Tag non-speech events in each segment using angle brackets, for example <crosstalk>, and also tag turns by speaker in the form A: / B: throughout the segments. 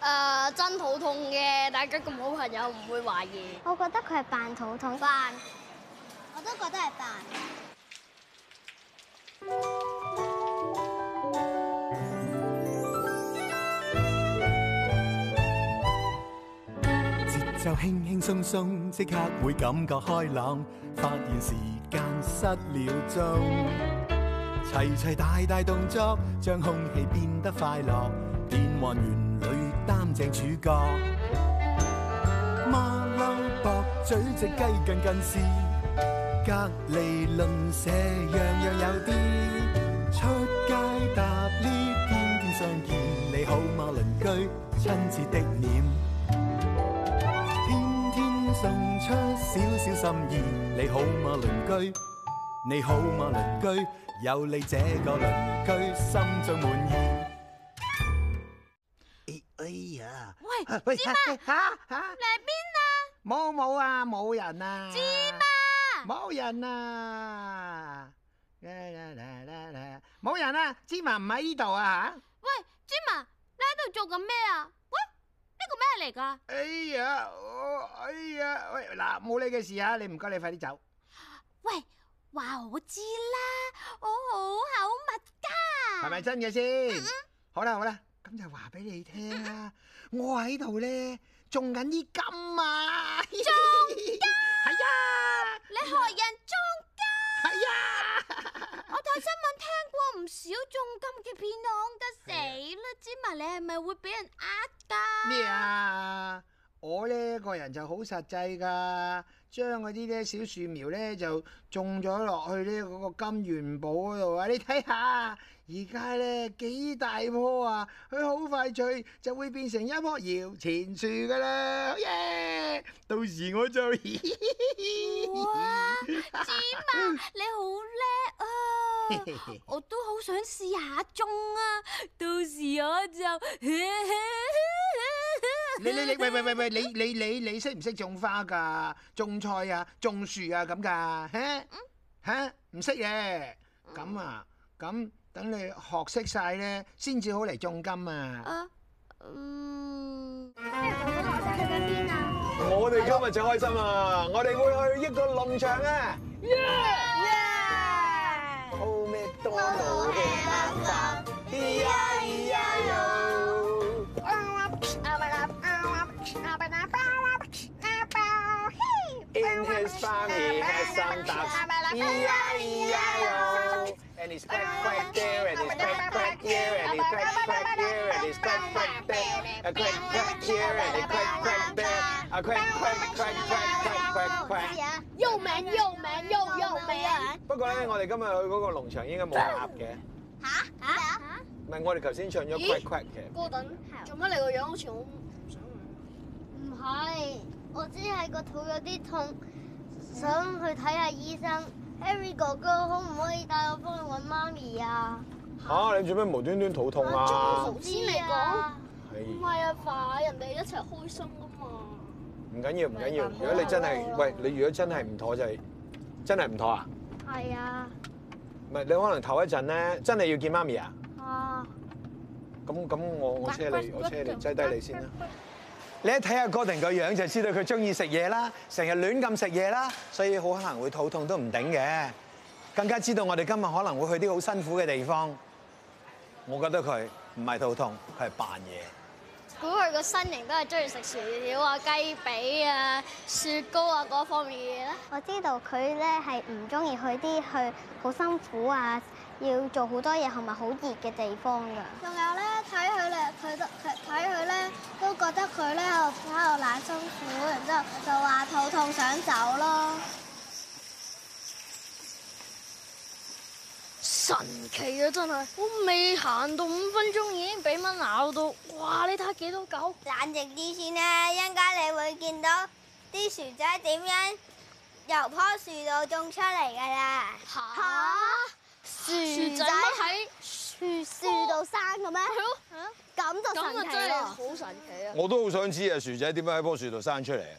A: 呃
B: 實真肚痛嘅，大家咁好朋友唔會懷疑。
A: 我覺得佢係扮肚痛。
B: 扮
A: 我都覺得係扮。
C: 節奏輕輕鬆鬆，即刻會感覺開朗，發現時間失了蹤。齊齊大大動作，將空氣變得快樂，變幻園裏擔正主角。馬騮駁嘴隻雞近近視，隔離鄰舍樣樣有啲。出街搭 lift，天天相見，你好嗎鄰居？親切的臉。天天送出少少心意，你好嗎鄰居？你好嗎鄰居？有你這個鄰居，心中滿意。
D: 哎哎呀！
E: 喂，
D: 喂，嚇嚇！
E: 你喺邊啊？
D: 冇冇啊，冇人啊！
E: 芝麻，
D: 冇人啊！啦啦啦啦啦冇人啊！芝麻唔喺呢度啊嚇！
E: 喂，芝麻，你喺度做緊咩啊？喂，呢個咩嚟㗎？
D: 哎呀，我哎呀，喂嗱，冇你嘅事啊，你唔該你快啲走。
E: 喂，話我知啦，我好口密㗎。
D: 係咪真嘅先？好啦好啦，咁就
F: à,
D: 話俾你聽啦，我喺度咧種緊啲金啊！種
F: <laughs>
D: 金係啊
E: 你害人中㗎！
D: 係啊！
E: 我睇新聞聽過唔少中金嘅啊騙案㗎，死
D: 啊
E: 啦！芝麻，你係咪會俾人呃㗎？
D: 咩啊？我呢個人就好實際㗎，將嗰啲呢小樹苗呢就種咗落去呢嗰個金元寶嗰度啊！你睇下，而家呢幾大棵啊，佢好快脆就會變成一棵搖錢樹㗎啦！耶！到時我就 <laughs>
E: 哇！芝
D: 嗯
E: 麻，你好叻啊！我都好想試下種啊，到時我就
D: 你你你喂喂喂喂，你你你你識唔識種花㗎？種菜啊，種樹啊咁㗎？嚇嚇唔識嘅，咁啊咁等你學識晒咧，先至好嚟種金啊！
E: <laughs> 啊，嗯，
A: 去緊邊啊？
F: 我哋今日就開心啦！我哋會去一個農場啊！好咩多到嘅垃圾，咿呀咿呀喲！In his farm he has some ducks,咿呀咿呀喲！And he's quack quack there, and he's quack quack here, and he's quack quack here, and he's quack quack there, a quack quack here, and a quack quack there, a quack quack quack quack quack quack quack。
B: 又名又名又又名，
F: 不過咧，我哋今日去嗰個農場應該冇鴨嘅。
B: 嚇
F: 唔係，我哋頭先唱咗
B: 咦
F: quack quack 嘅。
B: 哥頓做乜你個樣好似好唔想啊
A: 唔係，我只係個肚有啲痛，想去睇下醫生。Harry 哥哥可唔可以帶我幫你揾媽咪啊？
F: 嚇！你做咩無端端肚痛啊
B: 中？途先嚟講，唔
F: 係
B: 係啊，快人哋一齊開心噶嘛。
F: 唔緊要，唔緊要。如果你真係喂，你如果真係唔妥就係真係唔妥啊！
A: 係啊，
F: 唔係你可能唞一陣咧，真係要見媽咪啊！
A: 啊，
F: 咁咁，我我車你，我車你，擠低你先啦。你一睇下哥定個樣就知道佢中意食嘢啦，成日亂咁食嘢啦，所以好可能會肚痛都唔頂嘅。更加知道我哋今日可能會去啲好辛苦嘅地方。我覺得佢唔係肚痛，佢係扮嘢。
B: 估佢個身形都係中意食薯條啊、雞髀啊、雪糕啊嗰方面嘅嘢啦。
A: 我知道佢咧係唔中意去啲去好辛苦啊，要做好多嘢同埋好熱嘅地方㗎。仲有咧，睇佢咧，佢都佢睇佢咧，都覺得佢咧喺度喺度懶辛苦，然之後就話肚痛想走咯。
B: 神奇啊，真係！我未行到五分鐘已經俾蚊咬到，哇！你睇幾多狗？
A: 冷靜啲先啦，一陣間你會見到啲薯仔點樣由棵樹度種出嚟㗎啦。
B: 嚇
A: 薯
B: 薯仔喺
A: 樹樹度生嘅咩？
B: 係咯，
A: 咁就
B: 咁
A: 神
B: 啊
A: 奇
B: 真係
A: 咯！
B: 好神奇啊！
G: 我都好想知啊，薯仔點解喺棵樹度生出嚟啊？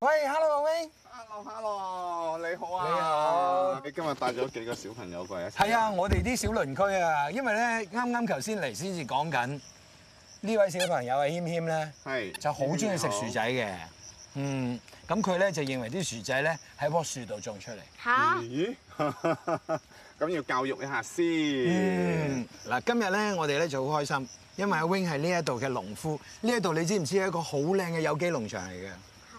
F: 喂，hello，喂，
H: Hello，Hello，你好啊！
F: 你好
H: 你今日帶咗幾個小朋友過嚟一齊？
F: 係啊，我哋啲小鄰居啊，因為咧啱啱頭先嚟先至講緊，呢位小朋友係謙謙咧，
H: 係
F: 就好中意食薯仔嘅。嗯，咁佢咧就認為啲薯仔咧喺樖樹度種出嚟。
A: 嚇，
H: 咦？ <laughs> 咁要教育一下先。
F: 嗯，嗱，今日咧我哋咧就好開心，因為阿 Wing 係呢一度嘅農夫，呢一度你知唔知係一個好靚嘅有機農場嚟嘅？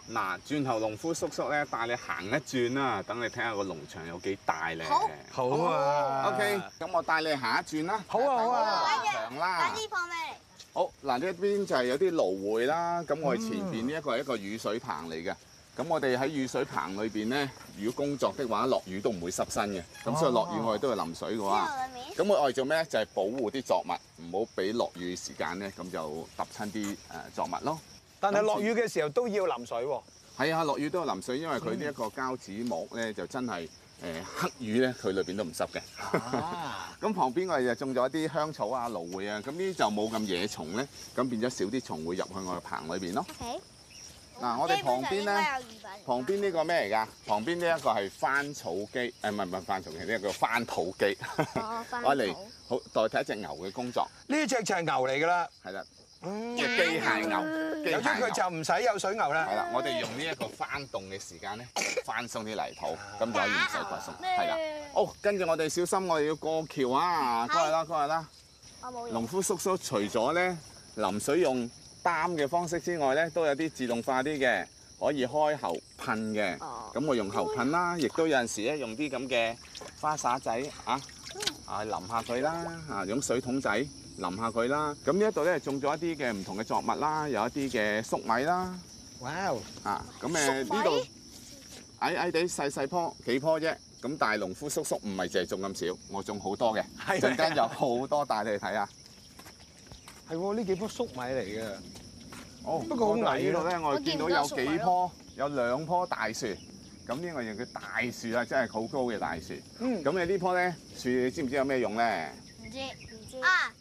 H: 嗱，轉頭農夫叔叔咧帶你行一轉啦，等你睇下個農場有幾大咧。
A: 好
F: 好啊
H: OK，咁我帶你行一轉啦。
F: 好啊好啊
H: 睇下個農場啦。
A: 放咩嚟？
H: 好嗱，呢一邊就係有啲蘆薈啦，咁我哋前
F: 嗯
H: 邊呢一個係一個雨水棚嚟嘅。咁我哋喺雨水棚裏邊咧，如果工作的話，落雨都唔會濕身嘅。咁所以落雨我哋都會淋水嘅話，
A: 裏面。
H: 咁我我哋做咩咧？就係、保護啲作物，唔好俾落雨時間咧，咁就揼親啲誒作物咯。
F: 但係落雨嘅時候都要淋水喎。
H: 係啊，落雨都有淋水，因為佢呢一個膠紙膜咧，就真係誒、黑雨咧，佢裏邊都唔濕嘅。
F: 啊
H: 咁旁邊我哋就種咗一啲香草啊、蘆薈啊，咁呢啲就冇咁野蟲咧，咁變咗少啲蟲會入去我嘅棚裏邊咯。
A: OK，
H: 嗱，我哋旁邊咧，
A: 有魚粉
H: 旁邊呢個咩嚟㗎？旁邊呢一個係翻草機，誒唔係唔係翻草機，呢、一個叫翻土機，
A: 哦，翻
H: 我嚟好代替一隻牛嘅工作，
F: 呢只就係牛嚟㗎啦，
H: 係啦，
F: 嗯
H: 即係機械牛，機
F: 由於
H: 械牛
F: 佢。就唔使有水牛啦
H: 係。啦，我哋用呢一個翻動嘅時間咧，翻鬆啲泥土，咁就可以唔使掘鬆。係啦，哦，跟住我哋小心，我哋要過橋啊！過嚟啦，過嚟啦！
A: 我冇
H: 農夫叔叔除咗咧淋水用擔嘅方式之外咧，都有啲自動化啲嘅，可以開喉噴嘅。咁我用喉噴啦，亦都有陣時咧用啲咁嘅花灑仔啊，啊淋下佢啦，啊用水桶仔淋下佢啦。咁呢一度咧種咗一啲嘅唔同嘅作物啦，有一啲嘅粟米啦。
F: 哇！
H: 啊，咁誒呢度矮矮地細細棵幾棵啫，咁大農夫叔叔唔係淨係種咁少，我種好多嘅，
F: 係
H: 陣間有好多帶你哋睇下。
F: 係喎，呢幾樖粟米嚟嘅。
H: 哦，
F: 不過好矮
H: 呢
F: 咯
H: 度咧，我
B: 我
H: 哋
B: 見
H: 見
B: 唔
H: 到
B: 到
H: 有
B: 粟
H: 幾
B: 米
H: 棵，有兩棵大樹，咁呢個又叫大樹啊，真係好高嘅大樹。
F: 嗯
H: 咁你呢棵咧樹，你知唔知有咩用咧？
A: 唔知唔知啊，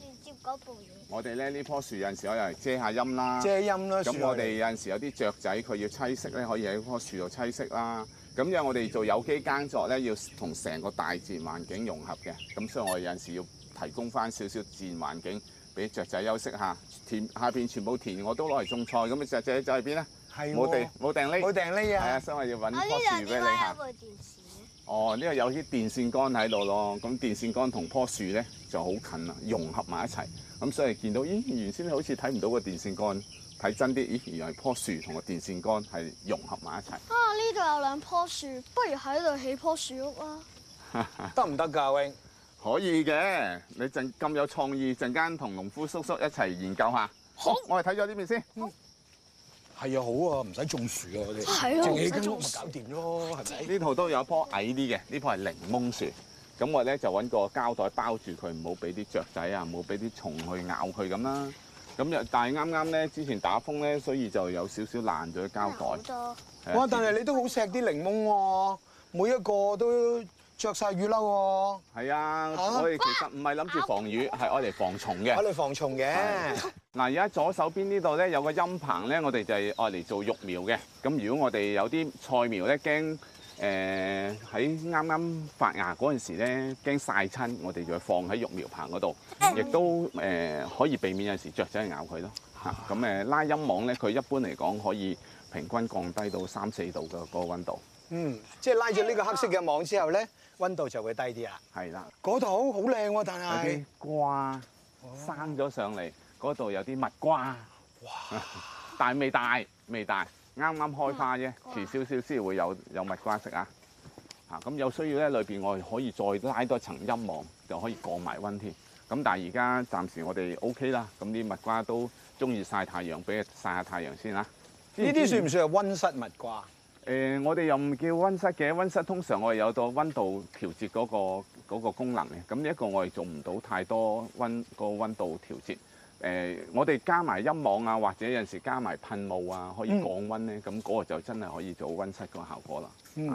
A: 要接嗰部嘢。
H: 我哋咧呢棵樹有陣時可能遮下陰啦。
F: 遮陰啦，樹啊
H: 咁我
F: 嚟
H: 哋有陣時有啲雀仔佢要棲息咧，可以喺棵樹度棲息啦。咁因為我哋做有機耕作咧，要同成個大自然環境融合嘅，咁所以我哋有陣時要提供翻少少自然環境俾雀仔休息下。田下邊全部田我都攞嚟種菜，咁啊雀仔走去邊咧？
F: 係
H: 冇地
F: 喎
H: 冇定
F: 冇
H: 呢？
F: 訂呢
H: 係啊，
F: 啊！
H: 所以我要揾
A: 我呢
H: 棵樹
A: 度點
H: 俾你
A: 解有
H: 行
A: 部。電視咧？
H: 哦，呢度有啲電線杆喺度咯，咁電線杆同棵樹咧就好近啦，融合埋一齊，咁所以見到咦，原先好似睇唔到個電線杆，睇真啲，咦，原來棵樹同個電線杆係融合埋一齊。
B: 啊，呢度有兩棵樹，不如喺度起棵樹屋啊啦。
F: 得唔得㗎，Wing？
H: 可以嘅，你陣咁有創意，陣間同農夫叔叔一齊研究下。好，我哋睇咗呢邊先。
F: 係啊，好啊，唔使種樹啊，我哋
B: 係啊
F: 淨
B: 唔使
F: 起間屋
B: 種
F: 咪
B: 樹
F: 搞掂咯，係咪？
H: 呢度都有一棵矮啲嘅，呢棵係檸檬樹。咁我咧就揾個膠袋包住佢，唔好俾啲雀仔啊，唔好俾啲蟲去咬佢咁啦。咁又但係啱啱咧之前打風咧，所以就有少少爛咗啲膠
A: 好
H: 袋。
A: 多。
H: 係啊
F: 哇！但係你都好錫啲檸檬喎，每一個都着晒雨褸喎，
H: 係啊，
F: 嚇
H: 我哋其實唔係諗住防雨，係愛嚟防蟲嘅
F: 考。慮防蟲嘅。
H: 嗱，而家左手邊呢度咧有個陰棚咧，我哋就係愛嚟做育苗嘅。咁如果我哋有啲菜苗咧，驚誒喺啱啱發芽嗰陣時咧，驚曬親，我哋就放喺育苗棚嗰度，亦都誒、呃可以避免有陣時雀仔咬佢咯。嚇、咁誒拉陰網咧，佢一般嚟講可以平均降低到三四度嘅嗰個温度。
F: 嗯，即係拉咗呢個黑色嘅網之後咧，温度就會低啲啦。
H: 係啦，
F: 嗰度好靚喎，
H: 有
F: 但係
H: 啲瓜生咗上嚟，嗰度有啲蜜瓜。
F: 哇，
H: 但係未大，未大，啱啱開花啫，
F: 嗯
H: 遲少少先會有有蜜瓜食啊！嚇咁有需要咧，裏邊我哋可以再拉多層陰網，就可以降埋温添。咁但係而家暫時我哋 O K 啦，咁啲蜜瓜都中意晒太陽，俾佢晒下太陽先啦。
F: 呢啲算唔算係温室蜜瓜？
H: 誒、呃我哋又唔叫温室嘅，温室通常我哋有個温度調節嗰、個嗰個功能嘅。咁呢一個我哋做唔到太多温、個温度調節。誒、呃我哋加埋音網啊，或者有陣時加埋噴霧啊，可以降温咧。咁嗰、個就真係可以做温室個效果啦。
F: 嗯，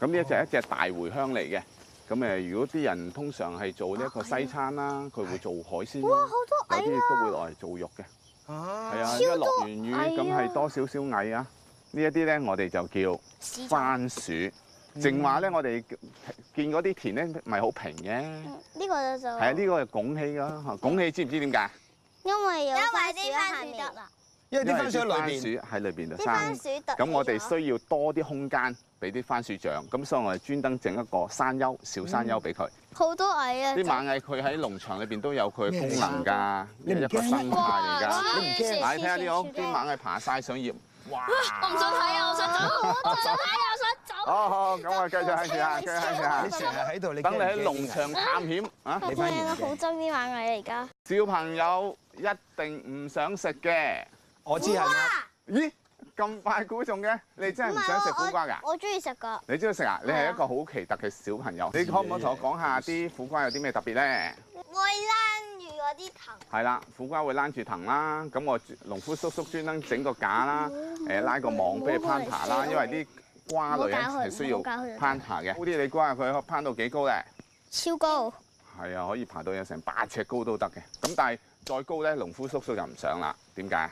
H: 咁呢一隻一隻大茴香嚟嘅。咁誒，如果啲人通常係做呢一個西餐啦，佢會做海鮮啦，有啲亦都會攞嚟做肉嘅。
F: 啊
H: 係，啊，因為落完雨
A: 哎
H: 咁係多少少蟻啊。呢一啲咧，我哋就叫番薯。
A: 嗯
H: 正話咧，我哋見嗰啲田咧，咪好平嘅。
A: 嗯呢個就嗯
H: 係啊，呢個係拱起啦。拱起知唔知點解？
A: 因為有
I: 因為
A: 番薯
I: 啲
A: 喺
I: 番
A: 下
I: 薯
A: 面
I: 突啦
G: 因為啲番薯喺
H: 因為
G: 裏
H: 番薯
G: 邊，
H: 喺裏邊就
A: 啲番
H: 生。
A: 薯突
H: 咁我哋
A: 起咗
H: 需要多啲空間俾啲番薯長，咁所以我哋專登整一個山丘、小山
A: 嗯
H: 丘俾佢。
A: 好多蟻啊，
H: 啲螞蟻佢喺農場裏邊都有佢嘅功能㗎，
D: 咩嚟㗎
H: 呢一個生態嚟
B: 哇
H: 㗎。
B: 你唔驚
H: 嗱，你睇下
B: 黐
H: 呢
B: 線
H: 屋
B: 黐線
H: 啲螞蟻爬晒上葉，哇！
B: 我唔想睇啊！我想走，我唔想睇啊！我想走。
H: 好好，咁我繼續向前行，繼續向前
G: 你
H: 行。
G: 成日喺度，你
H: 等
G: 驚
H: 你
G: 唔
H: 喺
G: 驚
H: 農
G: 㗎
H: 場探險啊！
G: 你
A: 真
G: 反而
A: 係
G: 唔
A: 好
G: 驚
A: 憎啲螞蟻啊！而家
H: 小朋友一定唔想食嘅。
G: 我知係啦，
H: 咦，咁快估中嘅？你真係唔想食苦瓜㗎？
A: 我我中意食㗎，
H: 你中意食啊？你係一個好奇特嘅小朋友。你可唔可以同我講下啲苦瓜有啲咩特別咧？
A: 會攬住嗰啲藤。
H: 係啦，苦瓜會躝住藤啦，咁我農夫叔叔專登整個架啦，誒拉個網俾佢攀爬啦，因為啲瓜類咧係需要攀爬嘅。好啲你估下佢可以攀到幾高咧？
A: 超高，
H: 係啊，可以爬到有成八尺高都得嘅。咁但係再高咧，農夫叔叔就唔想啦。點解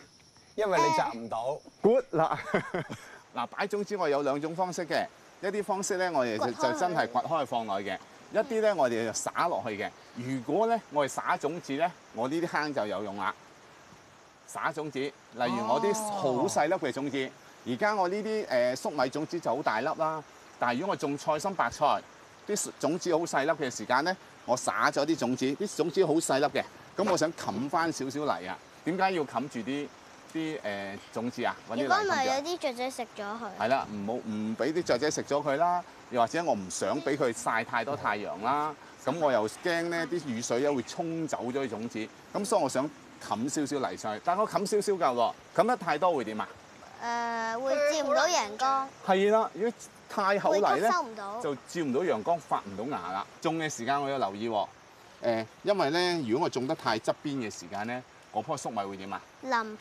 G: 因為你摘唔到，
H: ？good 啦！ <laughs> 嗱，擺種之外有兩種方式嘅，一啲方式咧我哋就
A: 掘開
H: 就真係掘開放落去嘅，一啲咧我哋就撒落去嘅。如果咧我哋撒種子咧，我呢啲坑就有用啦。撒種子，例如
A: 哦
H: 我啲好細粒嘅種子，而家我呢啲誒粟米種子就好大粒啦。但係如果我種菜心白菜，啲種子好細粒嘅時間咧，我撒咗啲種子，啲種子好細粒嘅，咁我想冚翻少少泥啊。點解要冚住啲啲誒種子啊？揾啲
A: 如
H: 泥
A: 果唔係
H: 冚住啊
A: 有啲雀仔食咗佢。
H: 係啦，唔好唔俾啲雀仔食咗佢啦，又或者我唔想俾佢曬太多太陽啦，咁我又驚呢啲雨水咧會沖走咗啲種子，咁所以我想冚少少泥上去，但我冚少少夠喎，冚得太多會點啊？
A: 誒會照唔到陽光，
H: 係啦，如果太厚
A: 會
H: 泥
A: 吸
H: 咧
A: 收唔到。
H: 就照唔到陽光，發唔到芽啦。種嘅時間我要留意喎，誒，因為咧如果我種得太側邊嘅時間咧，嗰棵粟米會點啊？
A: 冧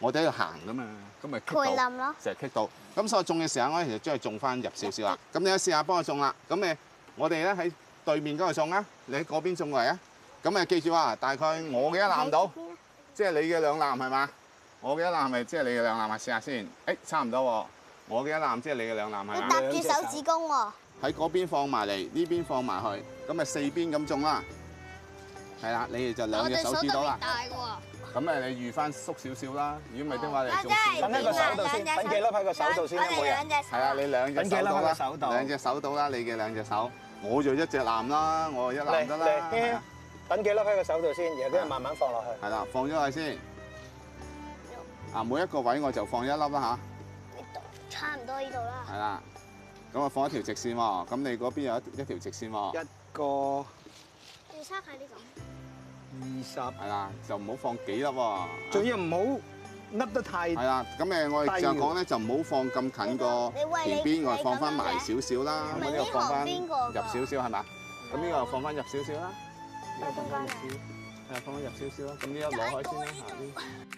H: 我哋喺度行噶嘛，咁咪棘
A: 會
H: 到。
A: 冧咯，
H: 成日棘到。咁所以我種嘅時間，我其實將佢種翻入少少啦。咁你都試下幫我種啦。咁誒，我哋咧喺對面嗰度種啊，你喺嗰邊種過嚟啊。咁誒，記住啊，大概我嘅一籃度，即係你嘅兩籃係嘛？我嘅一籃係咪即係你嘅兩籃啊？試下先。誒、差唔多喎。我嘅一籃即係你嘅兩籃係
A: 要
H: 嘛？
A: 搭住手指公喎。
H: 喺嗰邊放埋嚟，呢邊放埋去，咁咪四邊咁種啦。係啦，你哋
B: 啊
H: 就兩隻手指啊到啦。
B: 大嘅喎，
H: 咁誒，你預翻縮少少啦。如果唔係的話，
A: 啊
H: 你種少
G: 等喺個
H: 少
G: 手度先，等幾粒喺個手度先啦，每人。
H: 係啊，你兩隻
G: 等幾
H: 手
G: 粒
H: 到
G: 喺個
H: 啦
G: 手，度
H: 兩隻手到啦，你嘅兩隻手，我就一隻攬啦，我一攬得
G: 嚟
H: 啦，係
G: 嚟
H: 啊，
G: 等幾粒喺個手度先，然後跟住慢慢放落去。
H: 係啦，放咗佢先。啊，每一個位我就放一粒啦
A: 差唔多呢度啦
H: 吓，。係啦，咁啊放一條直線喎，咁你嗰邊有一一條直線喎，
D: 個
A: 要生喺呢度。
D: 二十，
H: 係啦，就唔好放幾粒喎。
D: 仲要唔好凹得太
F: 啊
H: 係啦，咁誒我哋就講咧，就唔好放咁近個
A: 你喂你
H: 田邊，我哋
A: 你
H: 放
A: 咁
H: 翻
A: 樣
H: 埋
A: 嘅
H: 少少啦，
A: 唔
H: 咁
A: 係
H: 呢
A: 呢
H: 度放
A: 行
H: 翻
A: 邊個㗎
H: 入少少係嘛？咁呢個又放翻入少少啦，呢個放翻入少，係啊放翻入少少啦，咁呢一攞開先啦，下邊。